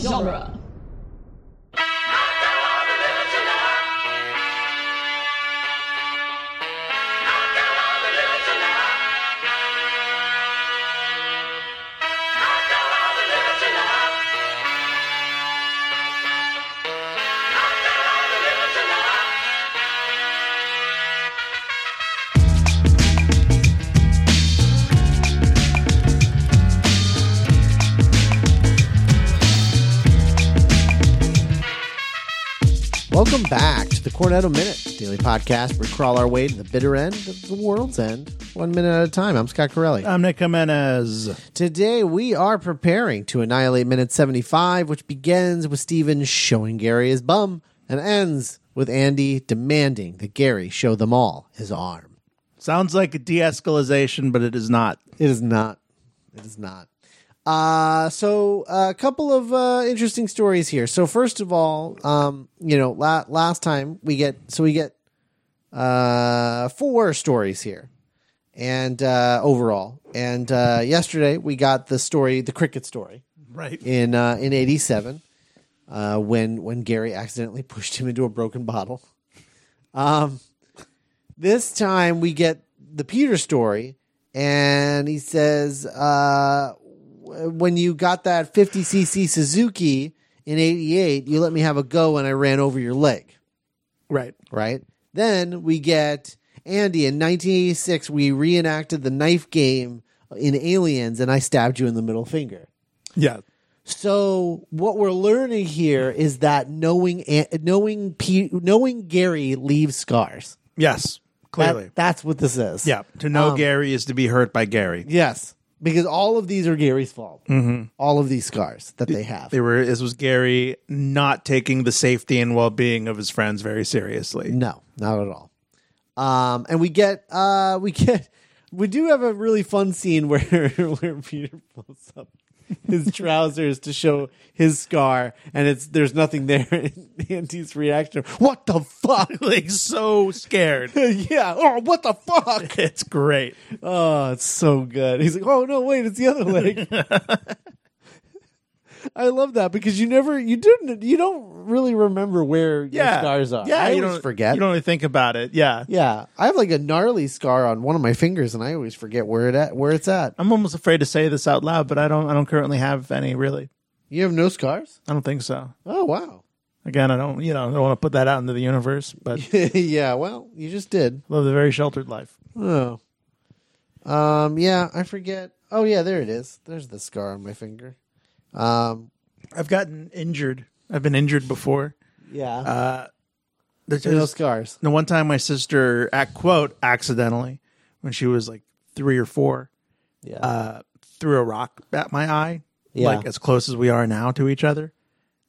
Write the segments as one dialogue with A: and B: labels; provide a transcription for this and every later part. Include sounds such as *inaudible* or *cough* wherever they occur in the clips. A: genre.
B: Welcome back to the Cornetto Minute, daily podcast where we crawl our way to the bitter end of the world's end, one minute at a time. I'm Scott Corelli.
C: I'm Nick Jimenez.
B: Today we are preparing to annihilate minute 75, which begins with Steven showing Gary his bum and ends with Andy demanding that Gary show them all his arm.
C: Sounds like a de escalation, but it is not.
B: It is not. It is not. Uh, so a couple of uh, interesting stories here. So first of all, um, you know, la- last time we get so we get uh four stories here, and uh, overall, and uh, yesterday we got the story, the cricket story
C: Right.
B: in uh, in '87, uh, when when Gary accidentally *laughs* pushed him into a broken bottle. Um, this time we get the Peter story, and he says, uh, w- "When you got that 50cc Suzuki in '88, you let me have a go, and I ran over your leg."
C: Right.
B: right? Then we get Andy in 1986. We reenacted the knife game in Aliens, and I stabbed you in the middle finger.
C: Yeah.
B: So what we're learning here is that knowing An- knowing P- knowing Gary leaves scars.
C: Yes.
B: That- um,
C: Clearly.
B: that's what this is.
C: yeah. To know Gary is to be hurt by Gary.
B: Yes, because all of these are Gary's fault. All of these scars that they have.
C: Mm-hmm. They were. This was Gary not taking the safety and well being of his friends very seriously.
B: No, not at all. Um, and we get uh, we get we do have a really fun scene where *laughs* where Peter pulls up
C: *laughs*
B: his trousers to show his scar, and it's there's nothing there. *laughs* And Andy's reaction: What the
C: *laughs*
B: fuck?
C: Like so scared.
B: *laughs* yeah. Oh, what the fuck?
C: it's great.
B: *laughs* Oh, it's so good. He's like, oh no, wait, it's the other leg. I love that because you never, you didn't, you don't really remember where your
C: Yeah.
B: scars are.
C: Yeah.
B: I
C: you
B: always
C: don't
B: forget.
C: You don't really think about it. Yeah.
B: Yeah, I have like a gnarly scar on one of my fingers, and I always forget where it at, where it's at.
C: I'm almost afraid to say this out loud, but I don't. I don't currently have any really.
B: You have no scars?
C: I don't think so.
B: Oh wow. *laughs*
C: Again, I don't. You know, I don't want to put that out into the universe, but
B: yeah, well, you just did.
C: live a very sheltered life.
B: Oh, um, yeah, I forget. Oh yeah, there it is. There's the scar on my finger. Um,
C: I've gotten injured. I've been injured before.
B: yeah,
C: There's
B: Uh, no
C: just-
B: scars.
C: the one time my sister, at quote, accidentally, when she was like three or four,
B: Yeah,
C: uh, threw a rock at my eye,
B: Yeah.
C: like as close as we are now to each other,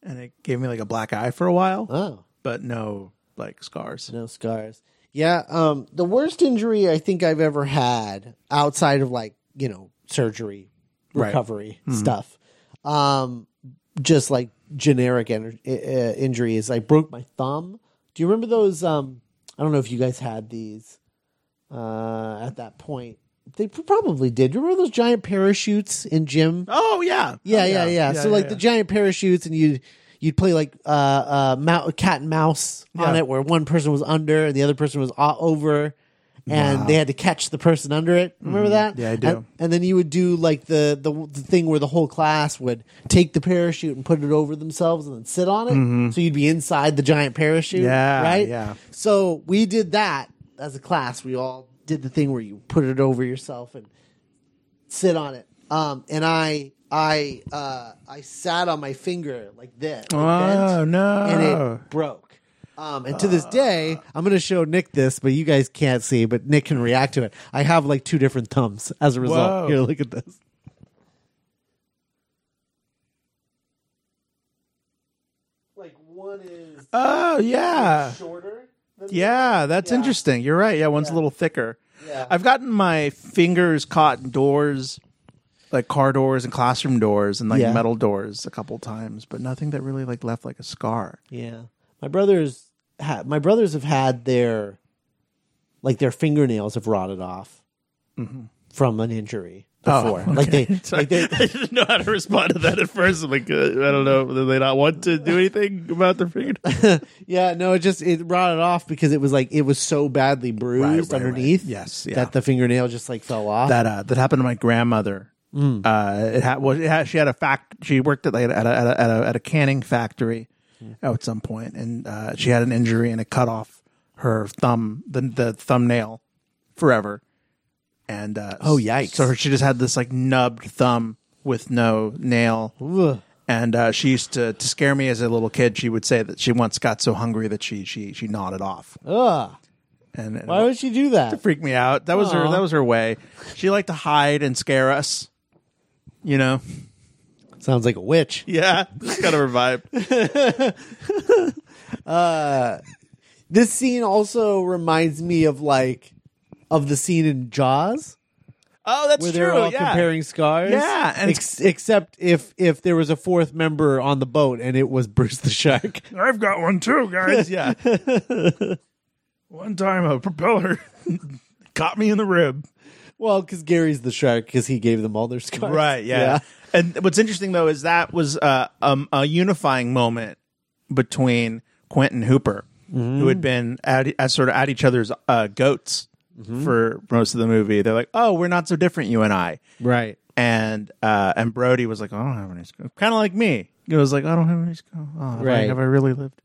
C: and it gave me like a black eye for a while,
B: oh,
C: but no like scars.
B: no scars. Yeah, um, the worst injury I think I've ever had outside of like you know surgery,
C: Right.
B: recovery stuff, um, just like generic ener- uh, injuries. I broke my thumb. Do you remember those? Um, I don't know if you guys had these uh, at that point. They pr- probably did. Do you remember those giant parachutes in gym?
C: Oh yeah,
B: Yeah,
C: Oh,
B: yeah, yeah. so like the giant parachutes, and you'd you'd play like uh, uh mou- cat and mouse on
C: Yeah.
B: it, where one person was under and the other person was o- over, and they had to catch the person under it. Remember that?
C: Mm-hmm. Yeah, I do.
B: And, and then you would do like the, the the thing where the whole class would take the parachute and put it over themselves and then sit on it. So you'd be inside the giant parachute.
C: Mm-hmm. Yeah,
B: right.
C: yeah.
B: So we did that as a class. We all did the thing where you put it over yourself and sit on it. Um, and I, I, uh, I sat on my finger like this. like
C: Oh
B: bent,
C: no! Uh.
B: And it broke. Um, and to this day, I'm going to show Nick this, but you guys can't see, but Nick can react to it. I have like two different thumbs as a result.
C: Whoa.
B: Here, look at this. Like one is
C: oh yeah.
B: shorter. Than
C: Yeah, that's
B: Yeah.
C: interesting. You're right. Yeah, one's a little thicker.
B: Yeah.
C: I've gotten my fingers caught in doors, like car doors and classroom doors and like
B: Yeah.
C: metal doors a couple times, but nothing that really like left like a scar.
B: Yeah, my brothers ha- my brothers have had
C: Mm-hmm.
B: their like their fingernails have rotted off from an injury,
C: Oh, *laughs*
B: before. Like they, like
A: *laughs*
B: they,
A: I didn't know how to respond to that at first. I'm like, uh, I don't know. Did they not want to do anything about their finger?
B: yeah, no, it just it rotted off because it was like it was so badly bruised
C: right, right.
B: underneath.
C: Yes, yeah.
B: that the fingernail just like fell off.
C: that uh, that happened to my grandmother.
B: Mm.
C: Uh, it had well, it had, she had a fact. She worked at like at a, at a, at a, at a canning factory
B: Mm.
C: at some point, and uh, she had an injury and it cut off her thumb, the the thumbnail, forever. And uh,
B: Oh, yikes.
C: So her, she just had this like nubbed thumb with no nail.
B: Ugh.
C: And uh, she used to, to scare me as a little kid. She would say that she once got so hungry that she she she gnawed it off.
B: Ugh.
C: And, and
B: Why would she do that?
C: freak me out. That was her.
B: Aw.
C: That was her way. She liked to hide and scare us. You know.
B: Sounds like a witch.
C: *laughs*
A: Yeah, just kind of revive.
B: This scene also reminds me of like of the scene in Jaws
C: Oh, that's
B: where they're all comparing scars.
C: Yeah, and
B: Ex- except if if there was a fourth member on the boat and it was Bruce the shark. *laughs*
C: I've got one too, guys. *laughs* yeah. one time, a propeller *laughs* caught me in the rib.
B: Well, because Gary's the shark because he gave them all their scars.
C: Right. Yeah. And what's interesting though is that was uh, um, a unifying moment between Quentin Hooper, who
B: Mm.
C: had been at, at sort of at each other's uh, goats
B: Mm-hmm.
C: for most of the movie. They're like, "Oh, we're not so different, you and I."
B: Right.
C: and uh, and Brody was like, I don't have any school. Kind of like me. He was like, I don't have any school. Oh, have, I,
B: Right.
C: have I really lived?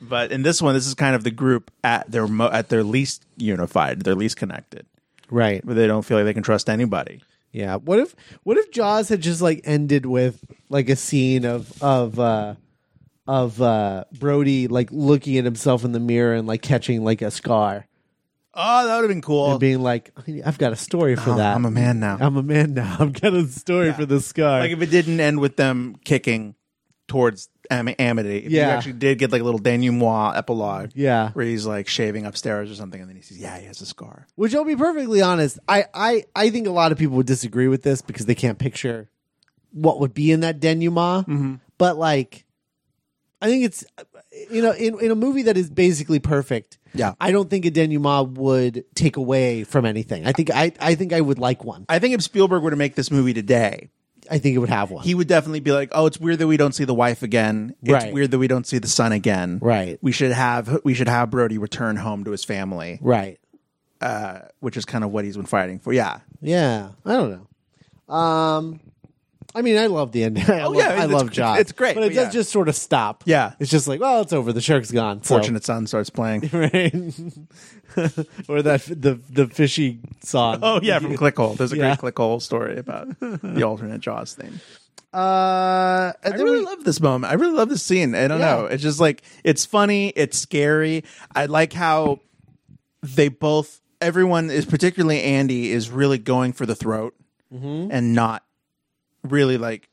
C: But in this one, this is kind of the group at their mo- at their least unified, their least connected,
B: Right.
C: where they don't feel like they can trust anybody.
B: Yeah. What if what if Jaws had just like ended with like a scene of of uh of uh Brody like looking at himself in the mirror and like catching like a scar
C: Oh, that would have been cool.
B: and being like I've got a story for
C: Oh,
B: that.
C: I'm a man now.
B: I'm a man now. *laughs* I've got a story for this scar.
C: like if it didn't end with them kicking towards Am- Amity, if
B: Yeah.
C: you actually did get like a little denouement epilogue,
B: yeah.
C: where he's like shaving upstairs or something, and then he says, "Yeah, he has a scar."
B: Which I'll be perfectly honest, I, I I think a lot of people would disagree with this because they can't picture what would be in that denouement.
C: Mm-hmm.
B: But like, I think it's you know in in a movie that is basically perfect.
C: Yeah.
B: I don't think a denouement would take away from anything. I think I I think I would like one.
C: I think if Spielberg were to make this movie today,
B: I think it would have one.
C: he would definitely be like, "Oh, it's weird that we don't see the wife again. It's
B: Right.
C: weird that we don't see the son again.
B: Right.
C: We should have we should have Brody return home to his family,
B: right.
C: which is kind of what he's been fighting for. Yeah.
B: Yeah. I don't know. Um. I mean, I love the end. *laughs* I oh, love,
C: yeah,
B: I
C: it's-
B: love
C: it's-
B: Jaws.
C: it's great,
B: but it
C: but
B: does
C: yeah.
B: just sort of stop.
C: Yeah.
B: it's just like, well, it's over. The shark's gone. so-
C: Fortunate son
B: *laughs*
C: starts playing.
B: right? or that the the fishy song.
C: Oh yeah, from *laughs* Clickhole. There's a
B: Yeah.
C: great Clickhole story about *laughs* the alternate Jaws thing.
B: uh, and
C: I
B: then
C: really
B: we-
C: love this moment. I really love this scene. I don't
B: Yeah.
C: know. It's just like it's funny. It's scary. I like how they both. Everyone is particularly Andy is really going for the throat
B: Mm-hmm.
C: and not really like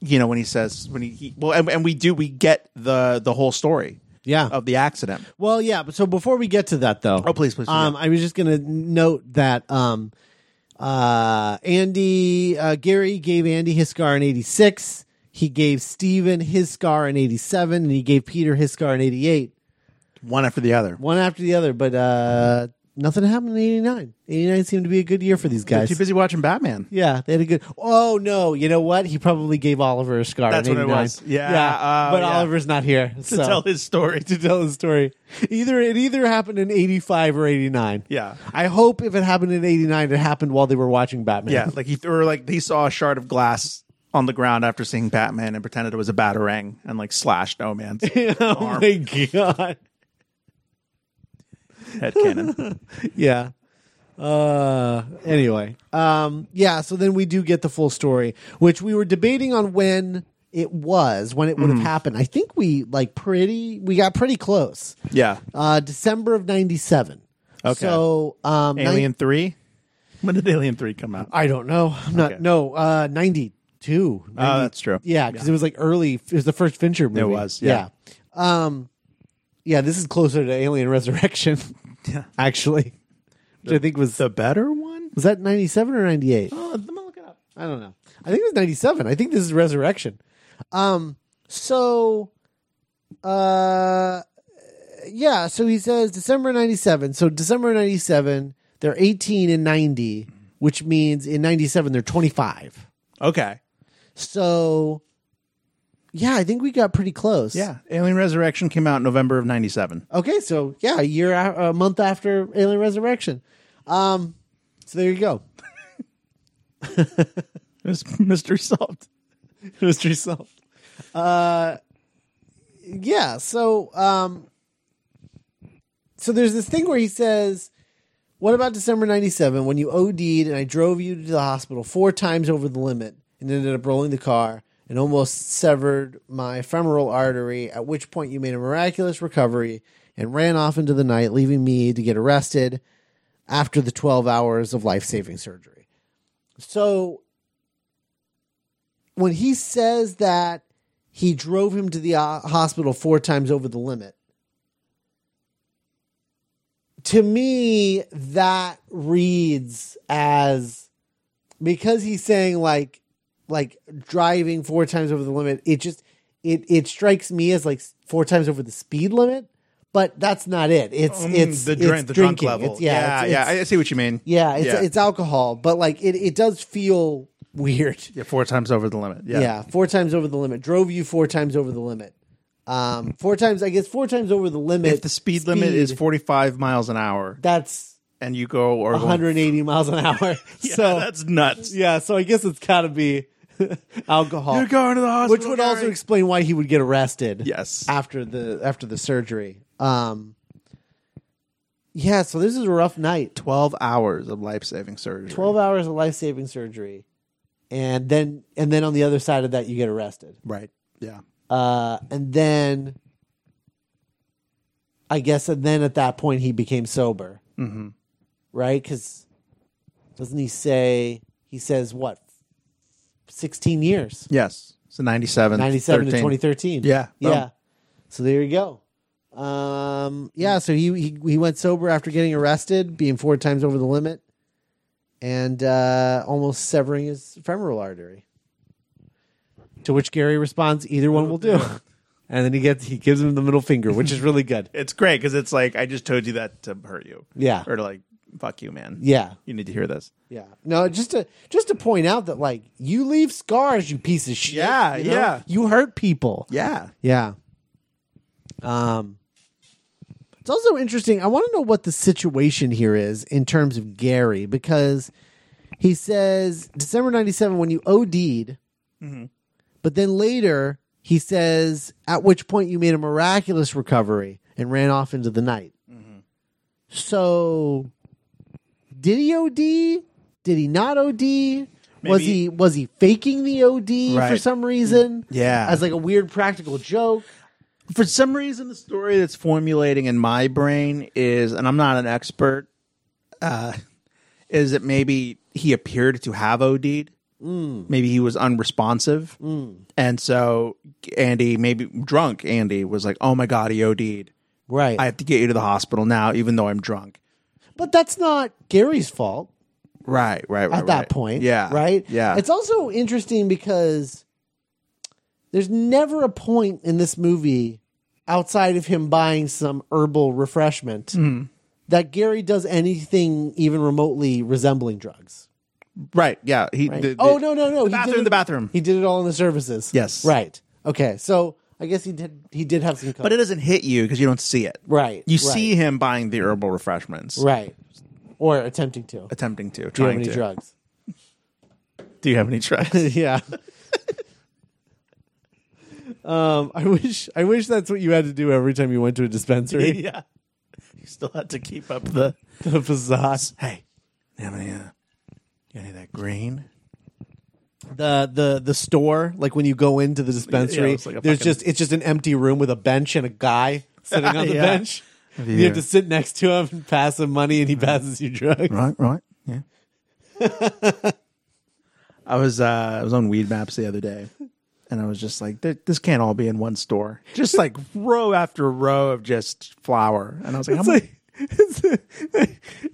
C: you know when he says when he, he well and, and we do we get the the whole story
B: yeah.
C: of the accident.
B: well, yeah. But so before we get to that, though,
C: Oh please please.
B: um, I was just gonna note that um, uh, Andy uh, Gary gave Andy his scar in '86. He gave Steven his scar in '87, and he gave Peter his scar in '88.
C: one after the other.
B: One after the other, but uh, nothing happened in '89. '89 seemed to be a good year for these
C: They're
B: guys.
C: too busy watching *laughs* Batman.
B: Yeah, they had a good. Oh no, you know what? He probably gave Oliver a scar.
C: That's
B: in
C: what it
B: 89.
C: was. Yeah,
B: yeah.
C: oh,
B: but
C: yeah.
B: Oliver's not
C: *laughs*
B: here
A: to
B: so-
A: tell his story.
B: *laughs* to tell his story. Either it either happened in eighty five or eighty nine.
C: Yeah.
B: I hope if it happened in eighty nine, it happened while they were watching Batman.
C: Yeah, like he or like he saw a shard of glass on the ground after seeing Batman and pretended it was a batarang and like slashed no *laughs* man's
B: *laughs* oh my god.
C: head cannon.
B: Yeah. Uh anyway. Um yeah, so then we do get the full story, which we were debating on when it was, when it would
C: Mm-hmm.
B: have happened. I think we like pretty we got pretty close.
C: Yeah,
B: Uh, December of '97.
C: Okay.
B: So, um,
C: Alien
B: nine-
C: Three. When did Alien Three come out?
B: I don't know. I'm not.
C: Okay.
B: No. Uh, '92.
C: Oh, that's true.
B: Yeah, because it was like early. It was the first Fincher movie.
C: was, yeah.
B: Yeah. Um, yeah. This is closer to Alien Resurrection.
C: *laughs* Yeah.
B: Actually, which I think was
C: the better one.
B: was that '97 or '98?
C: Oh, let me look it up.
B: I don't know. I think it was 97. I think this is Resurrection. Um so uh yeah, so he says December 97. So December 97, they're 18 and 90 which means in 97 they're 25.
C: Okay.
B: So yeah, I think we got pretty close.
C: Yeah. Alien Resurrection came out in November of 97.
B: Okay, so yeah, a year a a month after Alien Resurrection. Um so there you go.
C: It's *laughs* mystery solved.
B: mystery solved. Uh, yeah. So, um, so there's this thing where he says, "What about December '97 when you OD'd and I drove you to the hospital four times over the limit and ended up rolling the car and almost severed my femoral artery? At which point you made a miraculous recovery and ran off into the night, leaving me to get arrested after the 12 hours of life-saving surgery." So when he says that he drove him to the uh, hospital four times over the limit, to me, that reads as because he's saying like, like driving four times over the limit. It just it it strikes me as like four times over the speed limit, but that's not it. It's it's
C: Um, Mm, the,
B: it's
C: drink, the drunk
B: drinking.
C: level.
B: It's- yeah,
C: yeah.
B: it's-
C: yeah.
B: it's-
C: I see what you mean.
B: yeah, it's
C: yeah.
B: it's alcohol, but like it it does feel weird.
C: Yeah, four times over the limit. Yeah.
B: Yeah. four times over the limit. Drove you four times over the limit. Um, four times, I guess, four times over the limit.
C: If the speed, limit is 45 miles an hour
B: that's
C: and you go or
B: 180 miles an
C: *laughs*
B: hour. so
A: that's nuts.
B: yeah, so I guess it's got to be *laughs* alcohol,
C: You're going to the hospital.
B: which would also
C: Gary.
B: explain why he would get arrested.
A: Yes.
B: after the after the surgery. Um, yeah, so this is a rough night.
C: 12 hours of life saving surgery.
B: 12 hours of life saving surgery, and then and then on the other side of that, you get arrested.
C: Right. Yeah.
B: uh, and then I guess, and then at that point he became sober, mm-hmm. right? Because doesn't he say he says what sixteen years,
C: Yes. So 97.
B: ninety seven to
C: 13.
B: twenty thirteen?
C: Yeah, boom.
B: yeah. So there you go. Um, yeah, so he, he he went sober after getting arrested, being four times over the limit, and uh, almost severing his femoral artery. To which Gary responds, "Either one will do." *laughs* And then he gets he gives him the middle finger, which is really good.
C: It's great because it's like, I just told you that to hurt you.
B: Yeah.
C: Or to like, fuck you, man.
B: Yeah,
C: You need to hear this.
B: *laughs* yeah. No, just to just to point out that like you leave scars, you piece of shit.
C: Yeah,
B: you know?
C: yeah.
B: You hurt people.
C: Yeah.
B: Yeah. Um, it's also interesting. I want to know what the situation here is in terms of Gary because he says December 97 when you OD'd,
C: Mm-hmm.
B: but then later he says at which point you made a miraculous recovery and ran off into the night.
C: Mm-hmm.
B: So did he OD? Did he not OD? was
C: Maybe-
B: he was he faking the OD for
C: Right.
B: some reason?
C: Yeah.
B: As like a weird practical joke.
C: for some reason the story that's formulating in my brain is and i'm not an expert uh, is that maybe he appeared to have od'd
B: Mm.
C: maybe he was unresponsive and so andy maybe drunk andy was like oh my god he od'd
B: Right.
C: i have to get you to the hospital now even though i'm drunk
B: but that's not Gary's fault
C: right right right
B: at that
C: right.
B: point.
C: yeah
B: Right?
C: yeah
B: It's also interesting because there's never a point in this movie outside of him buying some herbal refreshment
C: Mm-hmm.
B: that Gary does anything even remotely resembling drugs.
C: right yeah he
B: Right?
C: the- the-
B: oh no no no! he
C: the
B: did
C: bathroom
B: it-
C: the bathroom
B: He did it all in the services.
C: Yes.
B: Right. Okay. So I guess he did. He did have some. Coke.
C: but it doesn't hit you because you don't see it
B: right.
C: you
B: right,
C: see him buying the herbal refreshments
B: Right. Or attempting to.
C: attempting to
B: Do you have
C: trying
B: any
C: to
B: drugs?
A: Do you have any
C: *laughs*
A: tries?
B: *laughs* yeah. um, I wish I wish that's what you had to do every time you went to a dispensary. *laughs*
A: yeah. You still had to keep up the.
B: the facade.
C: Hey, you have any, uh, you have any of that green?
B: The the the store, like when you go into the dispensary,
A: it's like a
B: there's
A: fucking-
B: just it's just an empty room with a bench and a guy sitting *laughs* on the
A: Yeah.
B: bench. You have to sit next to him and pass him money and he passes you drugs.
C: Right, right, yeah. *laughs* I was uh, I was on Weed Maps the other day, and I was just like, "Th- "This can't all be in one store." Just like row after row of just flour, and I was like, "How
B: It's
C: many?"
B: like
C: *laughs*
B: it's,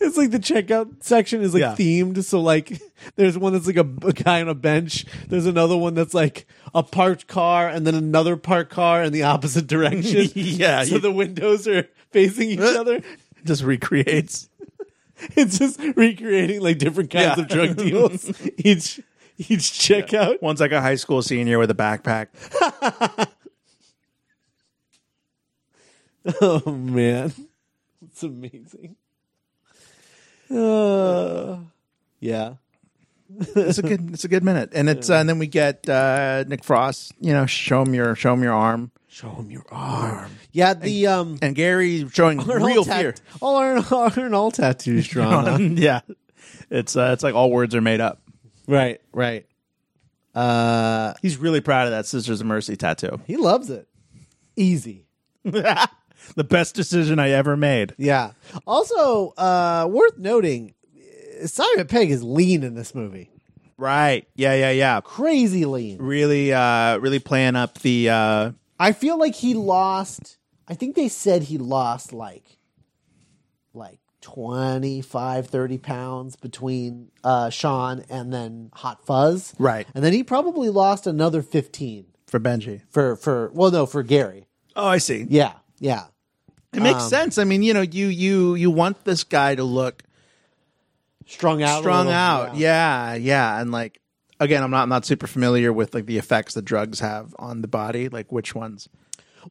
B: it's like the checkout section is like
C: Yeah.
B: themed. So like, there's one that's like a, a guy on a bench. There's another one that's like a parked car, and then another parked car in the opposite direction.
A: Yeah,
B: so
A: you-
B: the windows are facing each other.
A: Just recreates
B: it's just recreating like different kinds
C: Yeah.
B: of drug deals each each checkout.
C: One's like a high school senior with a backpack.
B: Oh man, it's amazing. Uh, yeah,
C: It's a good. It's a good minute, and it's uh, and then we get uh, Nick Frost. You know, show him your show him your arm,
B: show him your arm. Yeah, the um,
C: and Gary
B: *laughs*
C: showing
B: aren't
C: real
B: all tat- Oh,
C: fear. Uh-huh.
B: All *laughs* aren't, aren't all tattoos
C: *laughs*
B: drawn? huh?
C: yeah, it's uh, it's like all words are made up.
B: Right, right. Uh,
C: He's really proud of that Sisters of Mercy tattoo. *laughs*
B: he loves it. Easy.
C: the best decision I ever made.
B: Yeah. Also, uh, worth noting, uh, Simon Pegg is lean in this movie.
C: Right. Yeah. Yeah. Yeah.
B: Crazy lean.
C: Really. Uh. Really playing up the. uh
B: I feel like he lost. I think they said he lost like, like 25, 30 pounds between uh, Sean and then Hot Fuzz.
C: Right.
B: And then he probably lost another 15
C: For Benji.
B: for, for, well, no, for Gary.
C: Oh, I see.
B: Yeah. Yeah.
C: It makes
B: Um,
C: sense. I mean, you know, you you you want this guy to look
B: Strung out. a
C: strung
B: little,
C: out. Yeah. yeah, and like again, I'm not I'm not super familiar with like the effects the drugs have on the body, like which ones.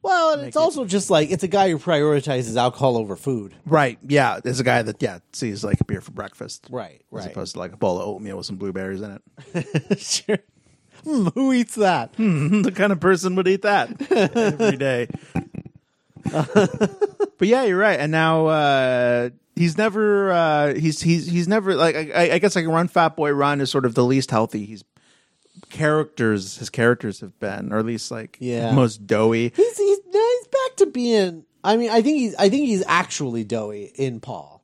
B: Well, and it's also just like, it's a guy who prioritizes alcohol over
C: *laughs*
B: food.
C: Right. Yeah, there's a guy that yeah sees like a beer for breakfast,
B: Right.
C: as
B: Right.
C: opposed to like a bowl of oatmeal with some blueberries in it.
B: sure. Hmm, who eats that?
C: the kind of person would eat that every day. *laughs* but yeah, you're right. And now uh, he's never uh, he's he's he's never like I, I guess like Run Fat Boy Run is sort of the least healthy. He's characters his characters have been, or at least like
B: Yeah.
C: most doughy.
B: He's he's, no, he's back to being. I mean, I think he's I think he's actually doughy in Paul.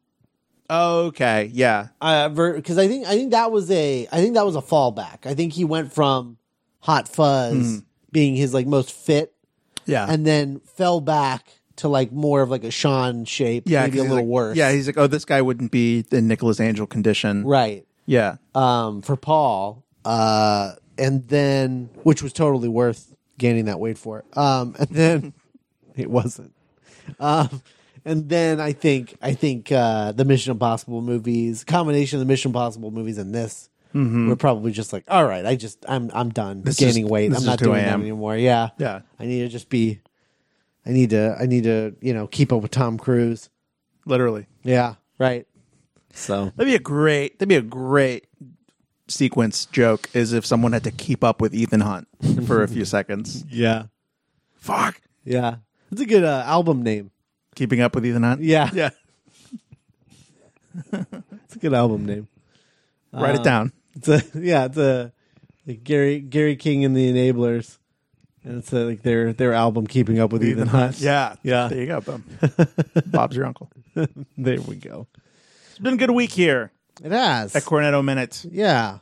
C: Okay, yeah,
B: Because I think I think that was a I think that was a fallback. I think he went from Hot Fuzz being his like most fit,
C: Hmm. yeah,
B: and then fell back to like more of like a Sean shape,
C: yeah,
B: maybe
C: 'cause
B: a
C: he's
B: little
C: like-
B: worse.
C: Yeah, he's like, oh, this guy wouldn't be in Nicholas Angel condition.
B: right.
C: Yeah,
B: Um, for Paul, uh, and then which was totally worth gaining that weight for. Um, and then *laughs* it wasn't. Um, and then I think I think uh, the Mission Impossible movies, combination of the Mission Impossible movies and this, we're probably just like, all right, I just I'm I'm done
C: is-
B: gaining weight.
C: Mm-hmm. this
B: I'm not
C: is who I
B: doing that
C: am.
B: anymore. Yeah,
C: Yeah.
B: I need to just be. I need to I need to you know keep up with Tom Cruise.
C: literally.
B: Yeah, right. So
C: That'd be a great. That'd be a great sequence joke. Is if someone had to keep up with Ethan Hunt for a few *laughs* seconds.
B: *laughs* yeah,
C: Fuck,
B: yeah. It's a good uh, album name.
C: keeping up with Ethan
B: *laughs*
C: Hunt.
B: Yeah.
C: yeah.
B: It's a good album name.
C: Write it down.
B: It's a yeah, it's a like Gary Gary King and the Enablers, and it's a, like their their album keeping up with Ethan Hunt.
C: Yeah,
B: Yeah.
C: There you go. Boom. *laughs* Bob's your uncle.
B: there we go.
C: It's been a good week here
B: It has.
C: at Cornetto Minute,
B: yeah,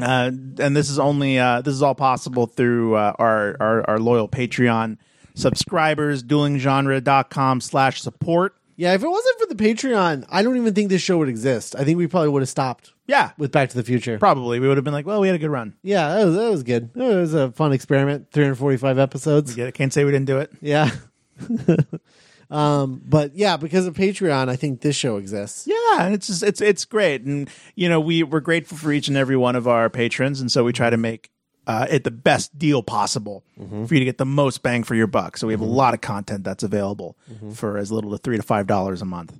C: uh, and this is only uh, this is all possible through uh, our, our our loyal Patreon subscribers, duelinggenre.com slash support.
B: yeah. If it wasn't for the Patreon, I don't even think this show would exist. I think we probably would have stopped
C: Yeah,
B: with Back to the Future.
C: probably we would have been like, well, we had a good run.
B: yeah, that was, that was good. It was a fun experiment. Three hundred forty five episodes.
C: Yeah, can't say we didn't do it.
B: Yeah. *laughs* um, but yeah, because of Patreon, I think this show exists.
C: Yeah, and it's just, it's it's great, and you know we we're grateful for each and every one of our patrons, and so we try to make uh, it the best deal possible
B: Mm-hmm.
C: for you to get the most bang for your buck. So we have a lot of content that's available
B: Mm-hmm.
C: for as little as three to five dollars a month,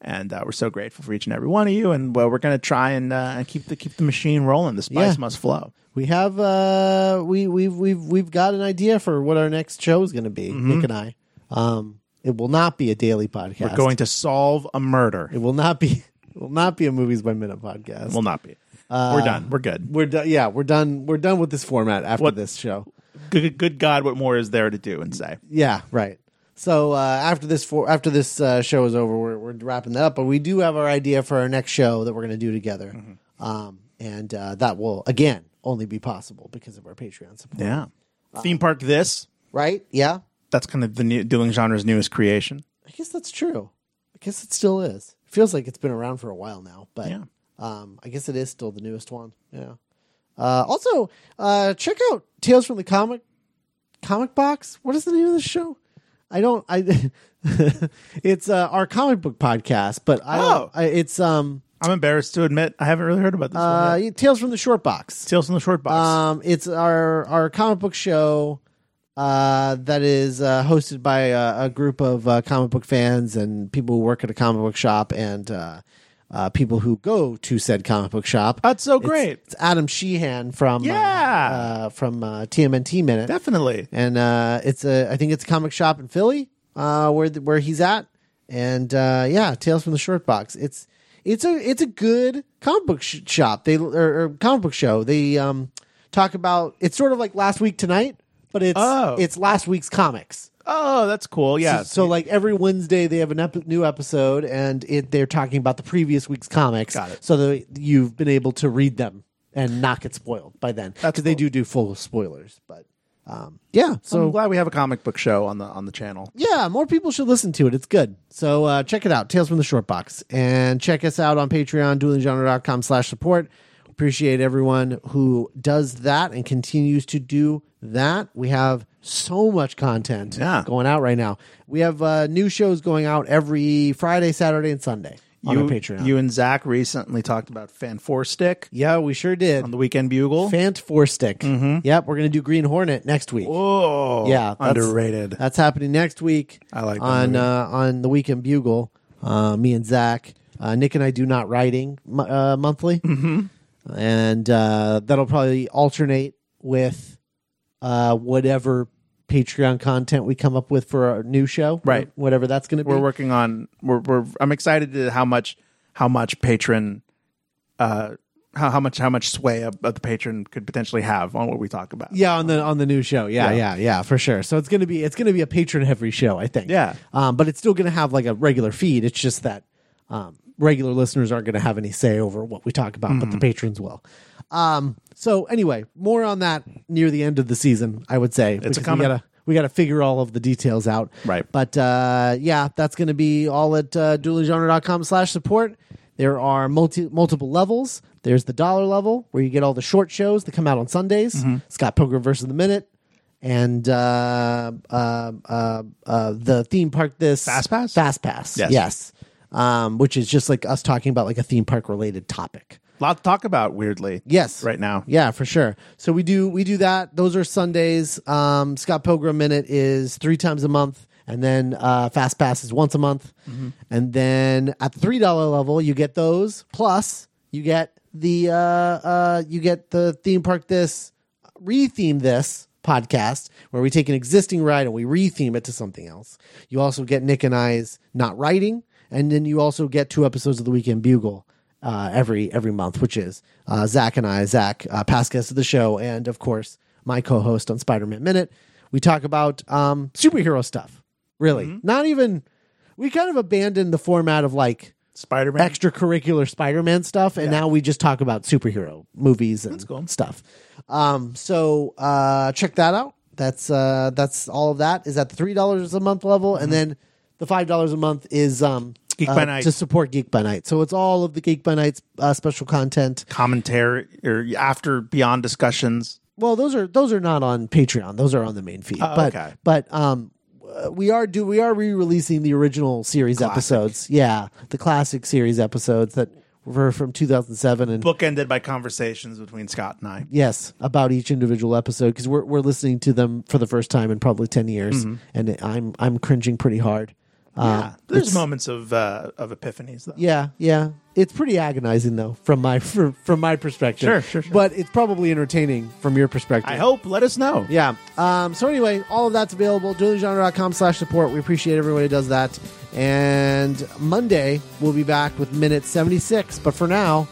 C: and uh, we're so grateful for each and every one of you. And well, we're gonna try and uh, keep the keep the machine rolling. The spice
B: Yeah.
C: must flow.
B: we have uh we we've we've we've got an idea for what our next show is going to be nick and i um it will not be a daily podcast
C: Mm-hmm. We're going to solve a murder.
B: it will not be it will not be a movies by minute podcast
C: Will not be.
B: Uh,
C: we're done. We're good.
B: we're done yeah we're done we're done with this format after
C: What-
B: this show
C: good. Good God, what more is there to do and say?
B: yeah right so uh after this for after this uh, show is over we're, we're wrapping that up but we do have our idea for our next show that we're going to do together
C: Mm-hmm.
B: um and uh that will again only be possible because of our patreon support
C: Yeah. Theme park. This.
B: right yeah
C: that's kind of the new, dueling genre's newest creation.
B: I guess that's true. I guess it still is. It feels like it's been around for a while now, but
C: Yeah.
B: um, I guess it is still the newest one. Yeah. Uh, also, uh, check out Tales from the Comic Comic Box. What is the name of the show? I don't. I. *laughs* it's uh, our comic book podcast, but I. don't-
C: Oh.
B: I it's um.
A: I'm embarrassed to admit I haven't really heard about this
B: Uh,
A: one. Yet.
B: Tales from the Short Box.
A: Tales from the Short Box.
B: Um, it's our our comic book show uh, that is uh, hosted by a, a group of uh, comic book fans and people who work at a comic book shop and uh, uh, people who go to said comic book shop.
A: That's so
B: It's-
A: great.
B: It's, Adam Sheehan from uh,
A: Yeah.
B: uh, from uh, TMNT Minute,
A: Definitely.
B: and uh, it's a I think it's a comic shop in Philly uh, where the, where he's at, and uh, yeah, Tales from the Short Box. It's it's a it's a good comic book sh- shop. They or, or comic book show. They um, talk about it's sort of like last week tonight, but it's
A: Oh.
B: it's last week's comics.
A: Oh, that's cool. Yeah.
B: So, like every Wednesday they have an ep- new episode, and it they're talking about the previous week's comics.
A: Got it.
B: So that you've been able to read them and not get spoiled by then, because they do do full spoilers. But um, yeah, so
C: I'm glad we have a comic book show on the on the channel.
B: yeah, more people should listen to it. It's good. So uh, check it out, Tales from the Short Box. And check us out on Patreon, duelinggenre.com slash support. Appreciate everyone who does that and continues to do that. We have so much content
C: Yeah.
B: going out right now. We have uh, new shows going out every Friday, Saturday, and Sunday on
C: you,
B: our Patreon.
C: you and Zach recently talked about Fan Four Stick
B: yeah, we sure did.
C: on the Mm-hmm. Weekend Bugle.
B: Fant Four Stick. Yep, we're going to do Green Hornet next week.
C: oh,
B: Yeah, that's-
C: underrated.
B: That's happening next week.
C: I like that
B: on
C: movie.
B: uh, on the weekend bugle. Uh, me and Zach, uh, Nick and I do not writing mo- uh, monthly, mm-hmm. and uh, that'll probably alternate with uh, whatever Patreon content we come up with for our new show,
C: Right.
B: Whatever that's going to be.
C: We're working on. We're, we're I'm excited to how much how much patron, uh, how, how much how much sway of, of the patron could potentially have on what we talk about.
B: Yeah, on the on the new show. Yeah, yeah, yeah, for sure. So it's gonna be it's gonna be a patron heavy show, I think.
C: Yeah.
B: Um, but it's still gonna have like a regular feed. It's just that um, regular listeners aren't gonna have any say over what we talk about, but the patrons will. Um, so anyway, more on that near the end of the season, I would say. It's
C: a
B: we
C: coming.
B: gotta we gotta figure all of the details out.
C: Right.
B: But uh, yeah, that's going to be all at uh, duelinggenre.com slash support. There are multi- multiple levels. There's the dollar level where you get all the short shows that come out on Sundays.
C: Mm-hmm.
B: Scott Pilgrim versus the Minute and uh, uh, uh, uh, the theme park this
C: Fast Pass?
B: Fast Pass. Yes.
C: Yes.
B: Um, which is just like us talking about like a theme park related topic.
C: lot to talk about. Weirdly,
B: Yes.
C: right now.
B: Yeah, for sure. So we do we do that. Those are Sundays. Um, Scott Pilgrim Minute is three times a month, and then uh, Fast Pass is once a month,
C: Mm-hmm.
B: and then at the three dollar level, you get those plus you get the uh, uh, you get the theme park this retheme this podcast where we take an existing ride and we retheme it to something else. You also get Nick and I's not writing, and then you also get two episodes of the Weekend Bugle uh, every every month, which is uh, Zach and I, Zach, uh, past guest of the show, and of course my co-host on Spider Man Minute. We talk about um, superhero stuff. Really, not even. We kind of abandoned the format of like
C: Spider Man.
B: extracurricular Spider-Man stuff, and now we just talk about superhero movies and stuff. Um, so uh, check that out. That's uh, that's all of that is at the three dollars a month level, and then the five dollars a month is um,
C: Mm-hmm. Geek
B: uh,
C: by Night.
B: to support Geek by Night. So it's all of the Geek by Night's uh, special content.
C: commentary or after beyond discussions.
B: Well, those are those are not on Patreon. Those are on the main feed. but
C: Oh, okay.
B: but um, uh, we are do we are re-releasing the original series episodes. Yeah, the classic series episodes that were from 2007 and
C: bookended by conversations between Scott and I.
B: Yes, about each individual episode because we're we're listening to them for the first time in probably ten years, and I'm I'm cringing pretty hard. Uh,
C: Mm-hmm. Yeah, there's moments of uh, of epiphanies though.
B: yeah, yeah. It's pretty agonizing though from my *laughs* from, from my perspective.
C: Sure, sure, sure.
B: But it's probably entertaining from your perspective.
C: I hope. Let us know.
B: Yeah. Um, so anyway, all of that's available. DuelingGenre.com slash support. We appreciate everyone who does that. And Monday we'll be back with minute seventy six. But for now,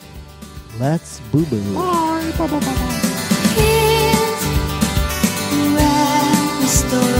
B: let's boo boo.
D: Here's where the story